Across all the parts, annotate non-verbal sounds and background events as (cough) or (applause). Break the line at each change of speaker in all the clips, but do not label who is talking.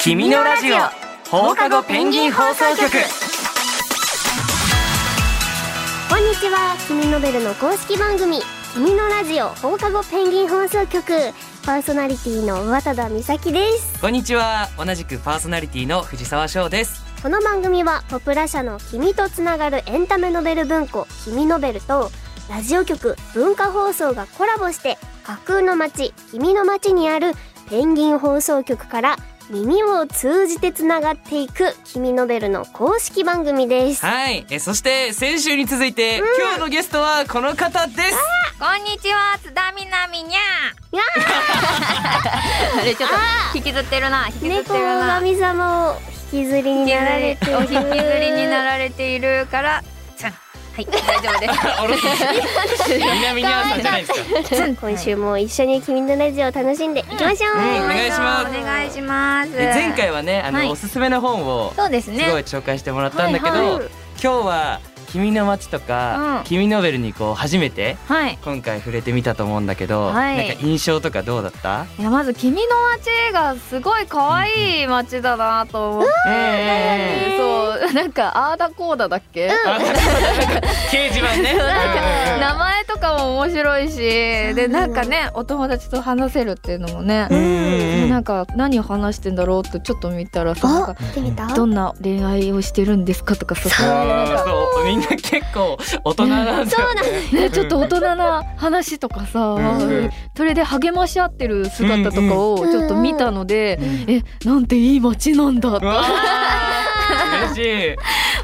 君のラジオ放課後ペンギン放送局
こんにちは君ノベルの公式番組君のラジオ放課後ペンギン放送局パーソナリティの渡田美咲です
こんにちは同じくパーソナリティの藤沢翔です
この番組はポプラ社の君とつながるエンタメノベル文庫君ノベルとラジオ局文化放送がコラボして架空の街君の街にあるペンギン放送局から耳を通じてつながっていく君ノベルの公式番組です
はいえそして先週に続いて、今日のゲストはこの方です
こんにちは、津田みなみにゃ
や
ー。 (laughs) あれちょっと引きずってるな、引きずって
猫
るな。
神様を引きずりになられている
お引きずりになられているから、ツン。はい、大丈夫です。
あろす南にゃんさんじゃないです
(laughs)
か
今週も一緒に君のラジオを楽しんでいきましょう、
うんお願いします
お願いします。
え前回はねあの、
はい
おすすめの本を
そうです
すごい
ね。
紹介してもらったんだけど、
はい
はい
今日は君の街とか、
うん
君ノベルにこう初めて
はい。
今回触れてみたと思うんだけど、
はい
なんか印象とかどうだった？
いやまず君の街がすごい可愛い街だなと思って、
え
そうなんかアーダコーダだっけ、 (laughs)
えあ掲示板ね。
なんか名前とかも面白いしでなんかねお友達と話せるっていうのもね、
うんうんうん
なんか何話してんだろうってちょっと見たらさなん
あ
か、
行ってみた
どんな恋愛をしてるんですかとかさ
あーそうみんな結構大人なんだよね。 (laughs)
ね、ちょっと大人な話とかさ、
うん
それで励まし合ってる姿とかを
うんうん
ちょっと見たので、
うん
えなんていい街なんだ
う
と
わー嬉
(laughs)
しい。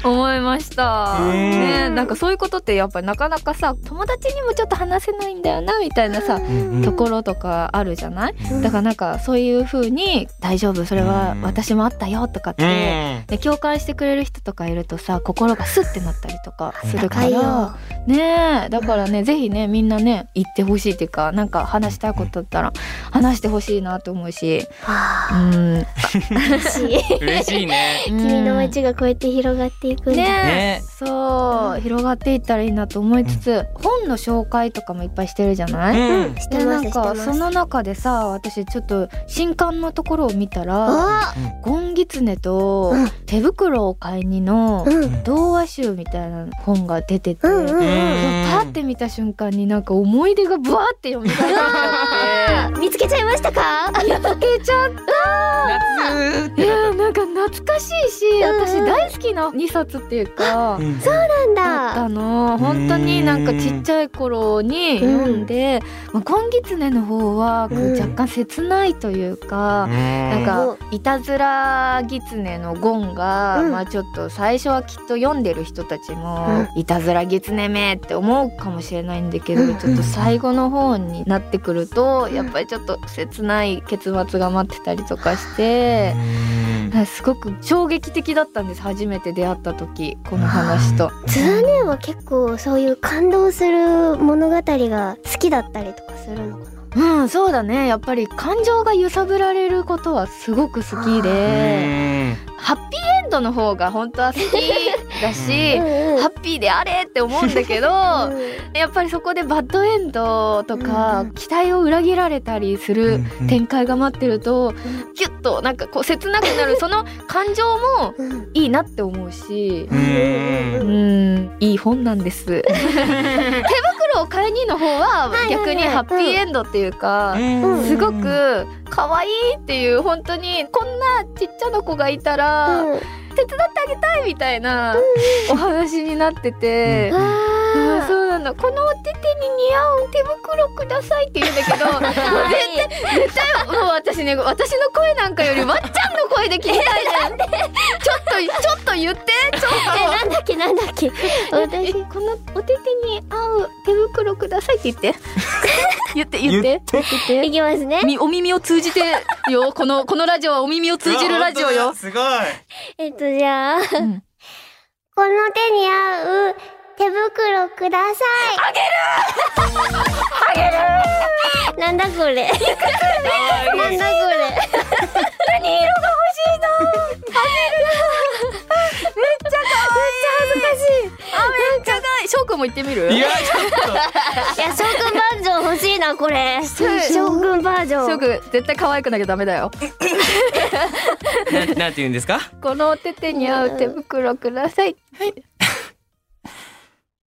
思いました、
うん
ね、なんかそういうことってやっぱりなかなかさ友達にもちょっと話せないんだよなみたいなさ、
うん
ところとかあるじゃない
うん
だからなんかそういう風に「大丈夫それは私もあったよ」とかって、
うん
で共感してくれる人とかいるとさ心がスッてなったりとかするか
高いよ
らねえだからねぜひねみんなね言ってほしいっていうかなんか話したいことだったら話してほしいなと思うしう
あ
ん
ー嬉しい
嬉しいね。
君の街がこうやって広がっていくんだ、
ね
ね
えそう広がっていったらいいなと思いつつ本の紹介とかもいっぱいしてるじゃない、
うん
して
で
ま
な
す
ん
してま
か
す
その中でさ私ちょっと新刊のところを見たら
あ
ゴンギツネと
うん
手袋を買いにの
うん
童話集みたいな本が出てて、
うんうん
うん
パって見た瞬間になんか思い出がブワーって読み返 (laughs) され
見つけちゃいましたか
てけちゃった
夏っ
い
てなっ
やなんか懐かしいし、
んうん
私大好きな2冊っていうか、
たうん
なん
だった
だ
の本当になんかちっちゃい頃に読んで「まあ、今月ね」の方はこ
う
うん若干切ないというか。なんかいたずら狐のゴンが、
うん
まあちょっと最初はきっと読んでる人たちも、
う
いたずら狐めって思うかもしれないんだけど、
うん
ちょっと最後の方になってくると、やっぱりちょっと切ない結末が待ってたりとかして、
うん
なんかすごく衝撃的だったんです初めて出会った時この話と。
通年は結構そういう感動する物語が好きだったりとかするのかな
うんそうだねやっぱり感情が揺さぶられることはすごく好きで、ハッピーエンドの方が本当は好きだし。
うんうん
ハッピーであれって思うんだけど、やっぱりそこでバッドエンドとか、
うん
期待を裏切られたりす
う
る
ん
展開が待ってると、ギュッとなんかこう切なくなるその感情も
うんうん
いいなって思うし
う、ん
う。ん、いい本なんです。手袋を買いにの方
は
は
いはい
逆にハッピーエンドっていうか。
うん
すごく可愛いっていう本当にこんなちっちゃな子がいたら
うん
手伝ってあげたいみたいなお話になってて、
うん
あー
あ
そうなんだこのお手手に似合う手袋くださいって言うんだけ (laughs) どもう絶対絶対もう私ね私の声なんかよりわっちゃんの声で聞きたいじゃんちょっとちょっと言ってち
ー
ょ
(laughs) え
っ
なんだっけなんだっけ
とえ
私
このお手手に合う手袋くださいって言 (laughs) って言って言って言って
いきますね
みお耳を通じてよこのこのラジオはお耳を通じるラジオ
う
よ
わ本当だ、すごい。
えっとじゃあ
うん
この手に合う手袋くださ (laughs) い。あげる。あげる。なんだこれ。なんだこれ。
あめっちゃかわいい翔くんも言ってみる
いやちょっと。
いや、翔くん番ンジョン欲しいなこれ将軍バージョン
すぐ絶対可愛くなきゃダメだよ
ななんて言うんですか
このお手手に合う手袋ください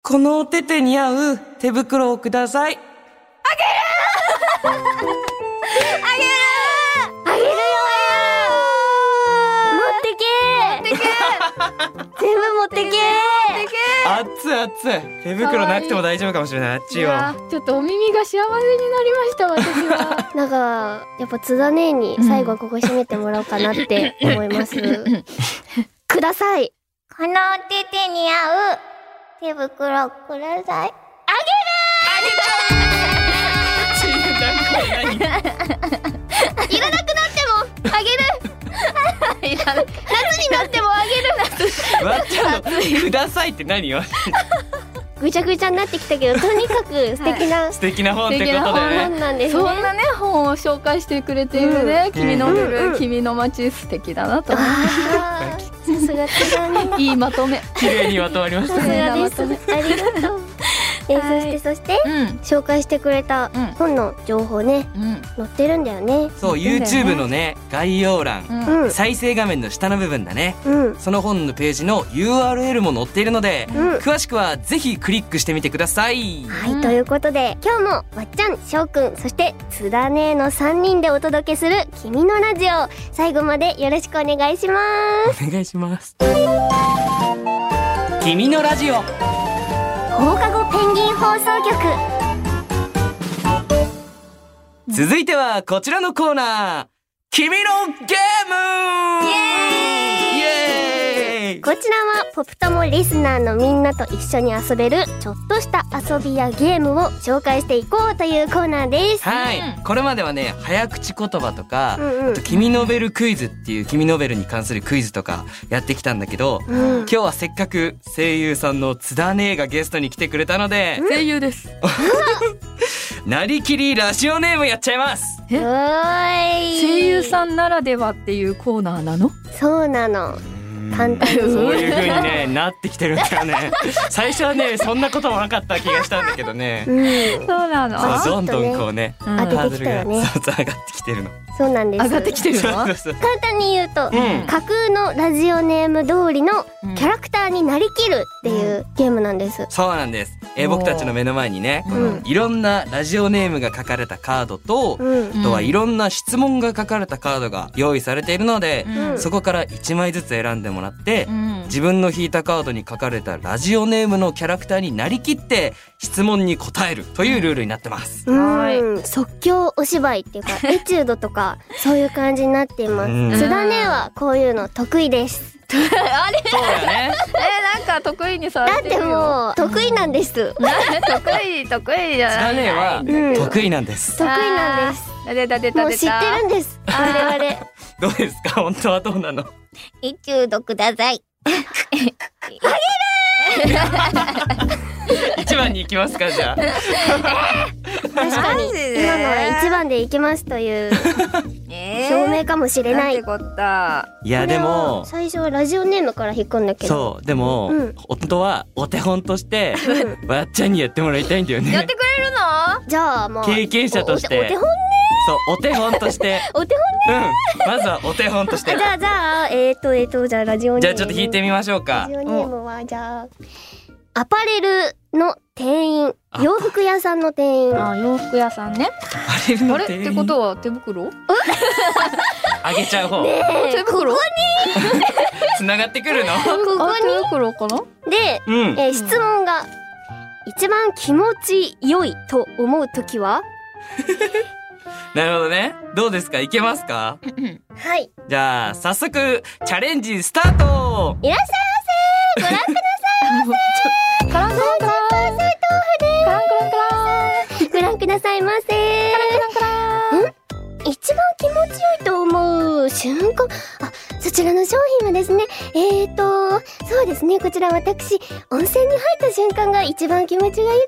このお手手に合う手袋をください
あげるよ持ってけ全部持ってけ
熱い熱い手袋なくても大丈夫かもしれないあっち
い
よ
やーちょっとお耳が幸せになりました私は
なんかやっぱ津田姉に最後はここ締めてもらおうかなって思います、ください
このお手手に合う手袋ください。
何これ何
(laughs) いらない
夏になってもあげる
わっちゃんのくださいって何よ
ぐちゃぐちゃになってきたけどとにかく素敵な
素敵な本ってこと
本
だよね
なんです
そん
ね
なね本を紹介してくれているね、
うん
君のベル、
うん
君の街素敵だなと思
あーさすが津田姉
ういいまとめ
綺麗にまとまりました
さす
ね
がですありがとうえそしてそして
うん
紹介してくれた
うん
本の情報ね
うん
載ってるんだよね
そう YouTube のね概要欄
うん
うん
再生画面の下の部分だね
うん
その本のページの URL も載っているので、
うん
詳しくはぜひクリックしてみてください。
はい、ということで今日もわっちゃんしょうくんそして津田姉の3人でお届けする「君のラジオ」最後までよろしくお願いします
お願いします。君のラジオ。
放課後ペンギン放送局
続いてはこちらのコーナー。君のゲームイエーイ
こちらはポプトもリスナーのみんなと一緒に遊べるちょっとした遊びやゲームを紹介していこうというコーナーです
はい、これまではね早口言葉とか、
うんうん
あと君ノベルクイズっていう君ノベルに関するクイズとかやってきたんだけど、
うん
今日はせっかく声優さんの津田姉がゲストに来てくれたので、
声優です
なりきりラジオネームやっちゃいます
おーい
声優さんならではっていうコーナーなの
そうなの簡単
そ
に
ういう風にねなってきてるんだよね
(laughs)
最初はねそんなこともなかった気がしたんだけどね
うん
そうなの
そう
あ
どんど
ちょっと
ん
ね
こうね
うん
当て
ハー
て
ド
き
ル
たよ
が
ね
そうそう上がってきてるの
そうなんです
上がってきてるの (laughs)
そうそうそう
簡単に言うと、
ん
架空のラジオネーム通りのキャラクターになりきるっていうゲームなんです。
そうなんです、えー僕たちの目の前にねこ
う
の
ん
いろんなラジオネームが書かれたカードと、
うん、
あとはいろんな質問が書かれたカードが用意されているので、
うん
そこから1枚ずつ選んでもらって、
うん
自分の引いたカードに書かれたラジオネームのキャラクターになりきって質問に答えるというルールになってます。
はい
うん、即興お芝居っていうかエチュードとかそういう感じになっています。
うん
津田姉はこういうの得意です。
そうだよね。
えーなんか得意にさ
だっ
れて
て
るよ
もう得意なんです。
だってもう得意得意じゃ
つ
な
か
い
ねは
うん
得意なんです。
得意なんです。
す出た出た
もう
出
知ったてるんです。我々。
どうですか本当はどうなの？
一中毒ださい。
一番に行きますかじゃあ。
確かに
マジで
今のは一番でいけますという
え
証明かもしれない。
んてこった
いやでも。
最初はラジオネームから引くんだけど。
そうでも、
うん
本当はお手本として
うん
わっちゃんにやってもらいたいんだよ
やっ
ね
てくれるの
じゃあまあ
経験者として
おお手本
そうお手本と
(laughs)
して
お手本
うんまずはお手本とし
あ
て
じゃあじゃあえっ、ー、とえっ、ー、とじゃあラジオネーム
じゃあちょっと引いてみましょう
ラ
か
ジオネームはじゃあアパレルの店員
あ
洋服屋さんの店員
あ洋服屋さんね
あれ
あれってことは手袋
あげちゃう方
手袋
(laughs) 繋がってく
(laughs)
るの
ここ
あ手袋かな
にで、
うん
えー質問が一番気持ち良いと思う時は
なるほどねどうですかいけますか
はい
じゃあ早速チャレンジスタート
いらっしゃいませご覧くだ
カランカランカランカランカランカラン
さいご覧くださいませ (laughs) ん一番気持ち良いと思う瞬間あそちらの商品はですねえーとそうですねこちら私温泉に入った瞬間が一番気持ちがいい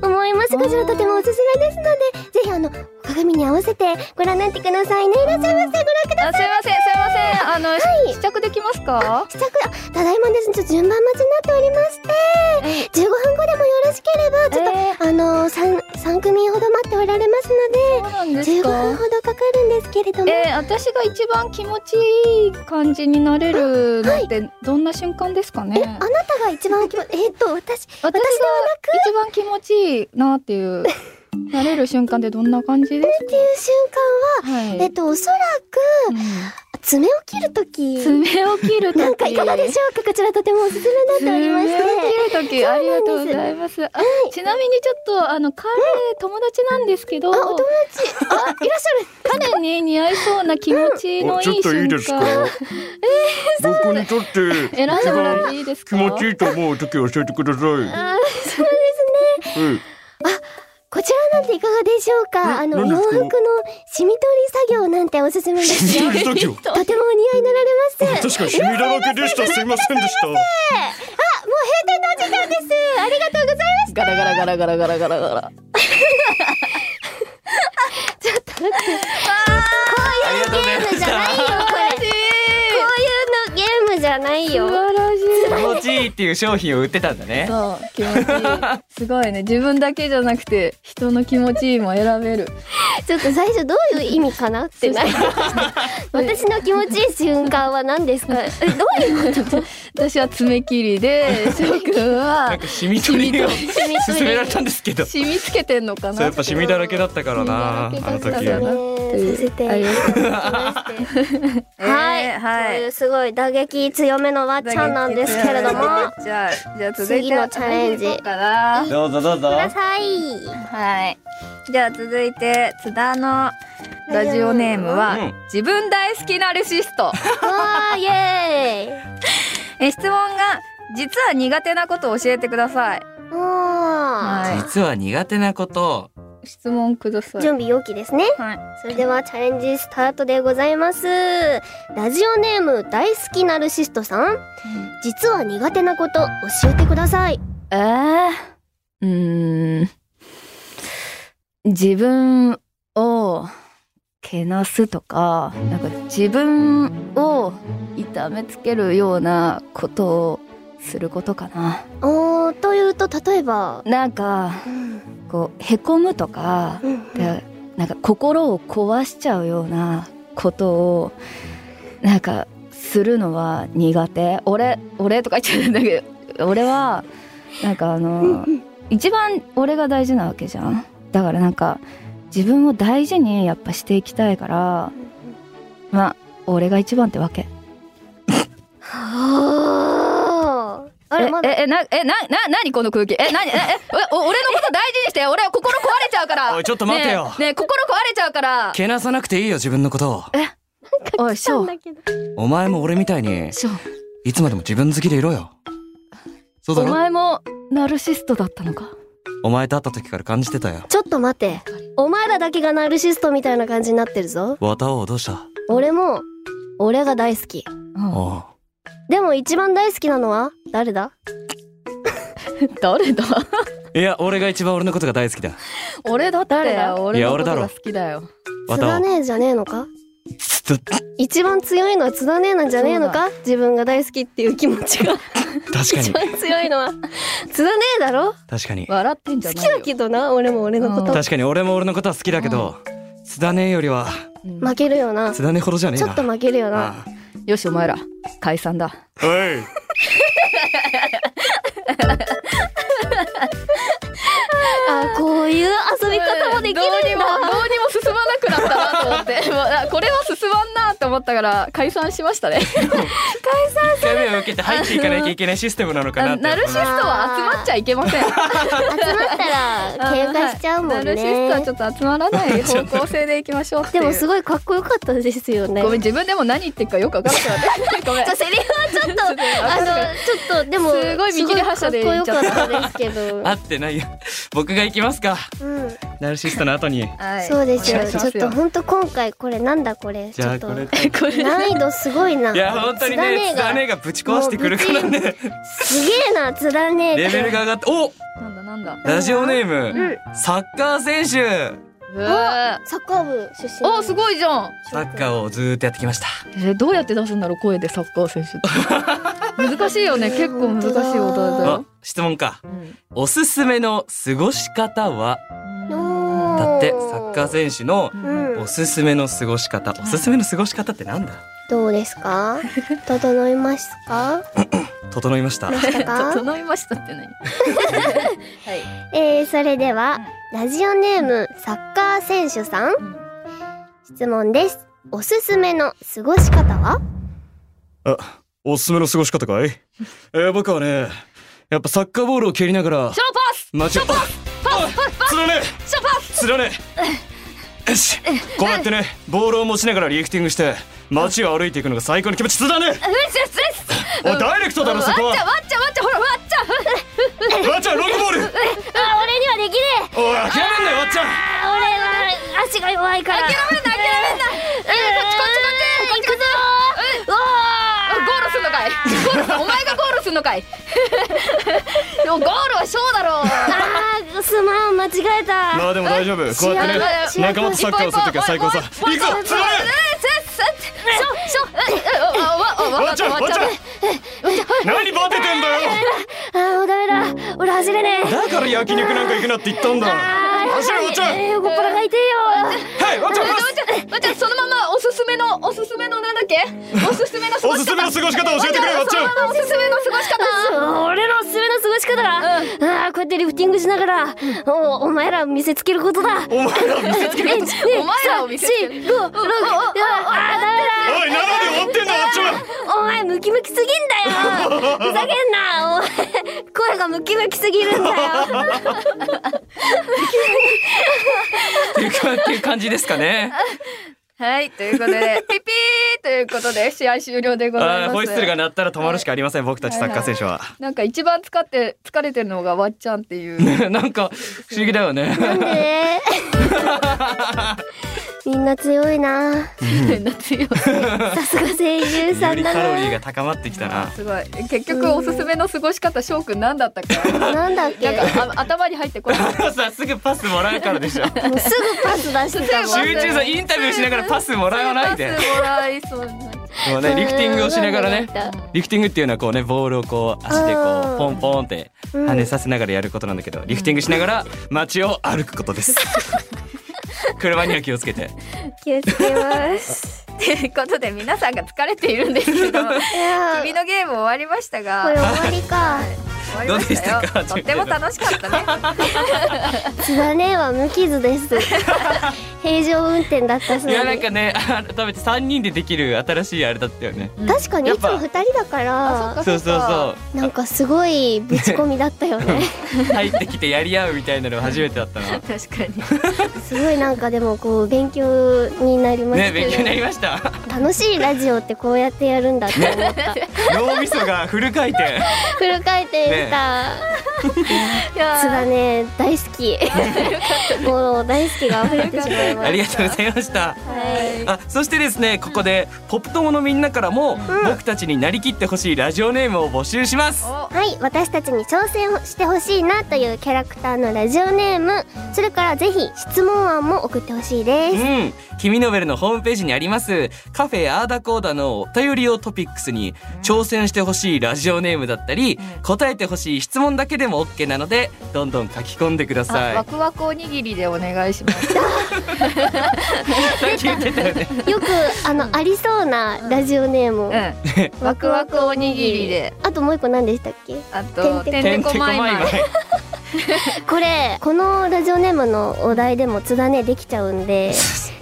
かなと思いますこちらとてもおすすめですのでぜひあのお鏡に合わせてご覧になってくださいねいらっしゃいませご覧ください
あすいませんすいませんあの、
い
試着できますか
試着あただいまですねちょっと順番待ちになっておりまして15分後でもよろしければちょっと、あの三三3組ほど待っておられます
そうなん
の
で
で
す
15分
か
ほどかかるんですけれども、
えー、私が一番気持ちいい感じになれるのってどんな瞬間ですかね、
あなたが一番気持ちえーっと私
私が一番気持ちいいなっていうなれる瞬間ってどんな感じです
っていう瞬間は
か、はい
えっとおそらく爪を切るとき
爪を切るとき
なんかいかがでしょうかこちらとてもおすすめになっておりまし
爪
て
を切るときありがとうございますあちなみにちょっとあの彼、友達なんですけど
あお友達あいらっしゃる
彼に似合いそうな気持ちのいい
ちょっ
瞬
と
間
いいですか。僕にとって
選んでもらっていいです
気
か
持ちいいと思う時教えてください。
あーそうですね
うん
こちらなんていかがでしょうかあの
何
洋
です
服
か
の染み取り作業なんておすすめですよ
染み取り作業
とてもお似合いになられます
(laughs) 確かにシミだらけでした。すいませんでした。
もう閉店のお時間ですありがとうございます
ガラガラガラガラガラガラガラ。
ありがとうございま
じゃないよこれこういうのゲームじゃないよ
素晴らしい
気持ちいいっていう商品を売ってたんだね
そう、気持ちいい。
(laughs)
すごいね。自分だけじゃなくて、人の気持ちいいも選べる。
ちょっと最初どういう意味かなってなりました私の気持ちいい瞬間は何ですかえどういうこと
私は爪切
(laughs)
りで、翔くん
な
は
んかシミ取りを勧められたんですけどそ
染みつけてんのか
うや
な
っ。ぱシミだらけだったからなあ
シミだ
の
らけだった
時
から
ねさせていただきましてはい、
えー
そういうすごい打撃強めのわっちゃんなんですけれどもく
じゃあ、じゃあ続いて
次のチャレンジ
行こうかな。
どうぞどうぞ
ださい
はい。じゃあ続いて津田のラジオネームは、
うん
自分大好きナルシスト。
わーイエーイ
え質問が実は苦手なことを教えてください。
おー
は
実は苦手なこと
い。質問ください。
準備容器ですね
はい。
それではチャレンジスタートでございますラジオネーム大好きナルシストさん実は苦手なこと教えてください
えー、うーん。自分をけなすとか、なんか自分を痛めつけるようなことをすることかな。
おーというと例えば
なんか、
うん
こう、へこむとか、
うん
でなんか心を壊しちゃうようなことをなんかするのは苦手俺俺とか言っちゃうんだけど俺はなんかあの一番俺が大事なわけじゃんだからなんか自分を大事にやっぱしていきたいからまあ俺が一番ってわけ
はああ
え
れまだ
ええなえなな何この空気え何えええお俺のこと大事にして俺は心壊れちゃうから
おいちょっと待てよ
ねえねえ心壊れちゃうから
けなさなくていいよ自分のことを
おい
な
翔
んだけど
お前も俺みたいに
翔
いつまでも自分好きでいろよそうだ
お
ろ
前もナルシストだったのか
お前と会った時から感じてたよ
ちょっと待ってお前らだけがナルシストみたいな感じになってるぞ
綿尾どうした
俺も俺が大好き
おう
でも一番大好きなのは誰だ
(laughs) 誰だ
いや俺が一番俺のことが大好きだ
(laughs) 俺だって
誰だ
俺の
いや
こ
俺
と
だろ
が好きだよ
津
綿
田
尾
姉じゃねえのか
ちょっと
一番強いのは津田姉なんじゃねえのか自分が大好きっていう気持ちが (laughs)
確か
一
に
番強いのは津田姉だろ
確かに
笑ってんじゃ
好
な
き
いよ
だけどな俺も俺のこ
うん
と
確かに俺も俺のことは好きだけど津田ねよりは
うん
負けるよな
津田ねほどじゃねえ
ち
な
ょっと負けるよな
ああ
よしお前ら解散だ
はい。
あこういう遊び方もできる
どうに
ん
も
だ
どうにも進まなくなったなと思って (laughs) もうあこれは進まんなと思ったから解散しましたね
一回目を受けて入っていかなきゃいけないシステムなのかな
あ
って
ナルシストは集まっちゃいけません
集まったら喧嘩しちゃうもん
ナルシストはち
ね
ょっと集まらない方向性でいきましょうって
(laughs)
い
で
う
もすごいかっこよかったですよね
ごめん自分でも何言ってるかよく分からなく (laughs) なってごめん
じゃあセリフはちょっとあ
わか
の
んない
ちょっとでも
すごい見切り発車で
かっこ
言
よ
っちゃ
か
っ
ったですけど
合ってないよ僕が行きますか
うん
ナルシストの後に
はい
そうです
お
よ
願いし
ち
ま
ょっと本当今回これなんだこれ
じ
(laughs) ち
ゃ
ょっ
あ
と
これ
難 (laughs)
これ
易度すごいな
本当にね津
津田
田
姉
ね
が
がぶち壊してくるからね
すげえな津田姉
レベルが上がってお
なんだなんだ
ラジオネー
う
ム
ん
サッカー選手
うわ
サッカー部出身
おすごいじゃん
サッカーをずーっとやってきました
えどうやって出すんだろう声でサッカー選
(laughs)
手って難しいよね結構難しいことだ
うん
あ
よ、
質問か
うん
おすすめの過ごし方は
お
うん
だってサッカー選手の
うん
おすすめの過ごし方おすすめの過ごし方ってなんだ
どうですか整いましたか
整いました
ました
(laughs)
か
整いましたって何はい
えー、それではラジオネームサッカー選手さん
ん
質問ですおすすめの過ごし方は
あ、おすすめの過ごし方かいえー、僕はね、やっぱサッカーボールを蹴りながら、
ショーパス
街を、ああ釣らねえ
ショー
(laughs)
パス
釣らねえよし、こうやってね、ボールを持ちながらリフティングして、街を歩いていくのが最高の気持ち、釣らね
うっすうっすうっす
えおい、ダイレクトだろ、そこ
わ
は
っちゃわっちゃわっちゃほらわっちゃ
わっちゃん、ロングボール
あ、俺にはできねえ
おい、諦めんなよ、わっちゃん
あ俺は足が弱いから
諦めんな諦めんな
こっちこっちこっち行くぞーう
あゴールすんのかいゴールす
(laughs)
んお前がゴールすんのかいでもゴールはショ
(laughs)
ーだろう
あーすまん間違えた
まあでも大丈夫こうやってね
幸せ
仲間とサッカーをするときは最高さ行くぞつまれわっちゃんわっちゃん何バテてんだよ
あーもうダメだ俺走れねえ
だから焼肉なんか行くなって言ったんだ走れわっちゃん
えー横っ腹が痛いよ
はいわっちゃんパス
そのままおすすめのおすすめのなんだっけおすすめの過
お
ご
す
し
すめ
方
の過ごし方教えてくれわっちゃん
おすすめの過ごし方
俺のおすすめの過ごし方が、あーこうやってリフティングしながら、おお前ら見せつけること
(laughs)
だ
お前ら見せつけること
お
お前らを見せつける
あーダメだ
おいなんで終わってんだわっちゃん
お前ムキムキすぎんだよふざけんなお前声がムキムキすぎるんだよ
っていうかっていう感じですかね
はいということでピピーということで試合終了でござい
あー
ま
ホイッスルが
す
鳴ったら止まるしかありません僕たちサッカー選手は
なんか一番使って疲れてるのがわっちゃんっていう
なんか不思議だよね
えー (laughs) みんな強いな
夏よ
さすが声優さ
よ
ん
り
だ
カロリー
な
が高まってきたな (laughs)
すごい結局おすすめの過ごし方翔くん何だったか
なんだっけ
なんかあ頭に入ってこない
さすぐパスもらうからでしょ集
もうすぐパス出してたもん
すぐ
中さインタビューしながらパスもらわないで
パスもらいそうになっちゃ
もうねリフティングをしながらねリフティングっていうのはこうねボールをこう足でこ
うん
うポンポンって跳ねさせながらやることなんだけど、リフティングしながら街を歩くことです (laughs) 車には気をつけて
気をつけ
(laughs)
ます
うということで皆さんが疲れているんです
(laughs)
けど
いや
君のゲーム終わりましたが
これ終わりか
終わりました
どう
よ
でしたか
とっても楽しかったね
つばねは無傷です
(laughs)
平常運転だったそう
いやなん
で
かね改めて3人でできる新しいあれだったよね
確かにい
やっ
つも
ぱ
二人だから
そうそうそう
なんかすごいぶち込みだったよね
入ってきてやり合うみたいなの初めてだったな
確かに
(laughs) すごいなんかでもこう勉強になりま
ね
した
勉強にな
け
りました
ど楽しいラジオってこうやってやるんだって思った
脳みそがフル回 (laughs) 転
フル回転した
いや
つばね大好き
(laughs)
もう大好きが溢れてしまいま
あり
し
がとうございました
ーはい
あそしてですねここでポップ友のみんなからも、僕たちになりきってほしいラジオネームを募集します
お
たはい私たちに挑戦をしてほしいなというキャラクターのラジオネームそれからぜひ質問案も送ってほしいです
うん、君ノベルのホームページにありますカフェアーダコーダのお便りをトピックスに挑戦してほしいラジオネームだったり答えてほしい質問だけでも OK なのでどんどん書き込んでくだ
あ
さい
ワクワクおにぎりでお願いします
さっき言ってたよね
よくあのありそうなラジオネーム、
うんワクワクおにぎりで
あともう一個何でしたっけ
あと
て
て
ん
てん
んて
て
こ
こま
ま
い
い
まい
まい
これこのラジオネームのお題でも津田ねできちゃうん
(laughs)
で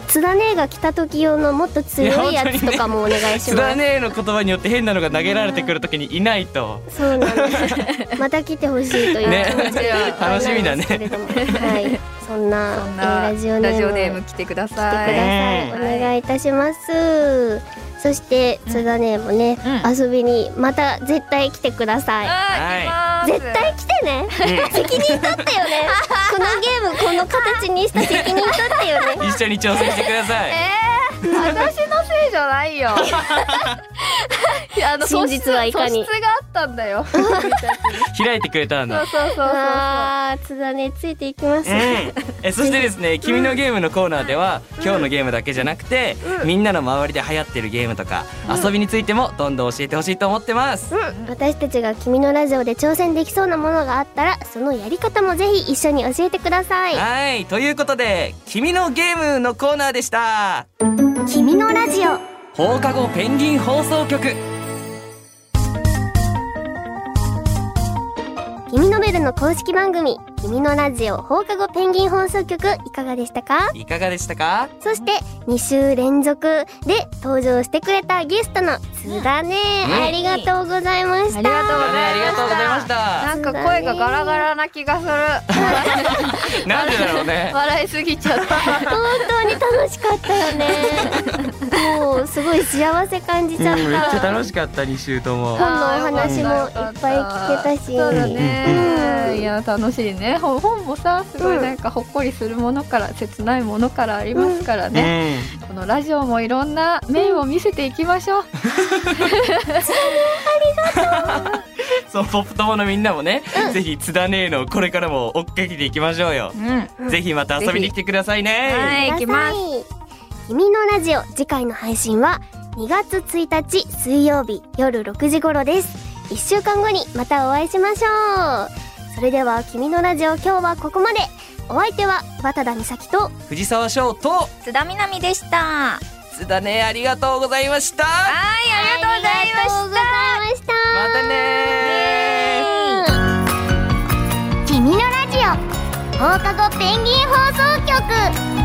津田ねが来た時用のもっと強いやつとかもお願いし
つ
ま
だ
す、
ねーの言葉によって変なのが投げられてくるときにいないと
そうなん
(laughs)
ですまた来てほしいという
ね
気
(laughs)
持ちでいっぱいなんですけれども、はいそんな
そんな
えー
ラ
ラ
ジ
ジオ
オ
ネーム
ネーム来てくだ
来てくださ
さい。
い、
はい
お願いいたします、そして津田ねもね、
うん
遊びにまた絶対来てください
はい
絶対来てね、責任取ってよ (laughs) ねこのゲームこの形にした責任取って (laughs) よね
一緒に挑戦してください、
えー、私のせいじゃないよ。いやあの
真実はいかに
素質素質があったんだよそう
開いてくれたんだ
そうそうそう
あー津田ねついていきますね、
えそしてですね「君のゲーム」のコーナーでは、今日のゲームだけじゃなくて、みんなの周りで流行ってるゲームとか、遊びについてもどんどん教えてほしいと思ってます、
私たちが君のラジオで挑戦できそうなものがあったらそのやり方もぜひ一緒に教えてください
はいということで「君のゲーム」のコーナーでした
君のラジオ
放課後ペンギン放送局
君のベルの公式番組君のラジオ放課後ペンギン放送局いかがでしたか
いかがでしたか
そして2週連続で登場してくれたゲストの津田ね、
うん
ありがとうございました、
ありがとうございま
ありがとうございました
なんか声がガラガラな気がする
(laughs) なんでだろうね
(laughs) 笑いすぎちゃった
本当に楽しかったよねもうすごい幸せ感じちゃった、
しかった2週とも
今度お話もいっぱい聞けたし
そうだね、
うん
いや楽しいね本本もさすごいなんかほっこりするものから、切ないものからありますからね、このラジオもいろんな面を見せていきましょう、
そうポップ友のみんなもね、ぜひ津田姉のこれからも追っかけていきましょうよ、ぜひまた遊びに来てくださいね
はい行きます
君のラジオ次回の配信は2月1日水曜日夜6時頃です1週間後にまたお会いしましょうそれでは君のラジオ今日はここまでお相手は渡田美咲と
藤沢翔と
津田みなみでしたはい
津田姉ありがとうございました
ありがとうございました
ありがと
またね
うございました君のラジオ放課後ペンギン放送局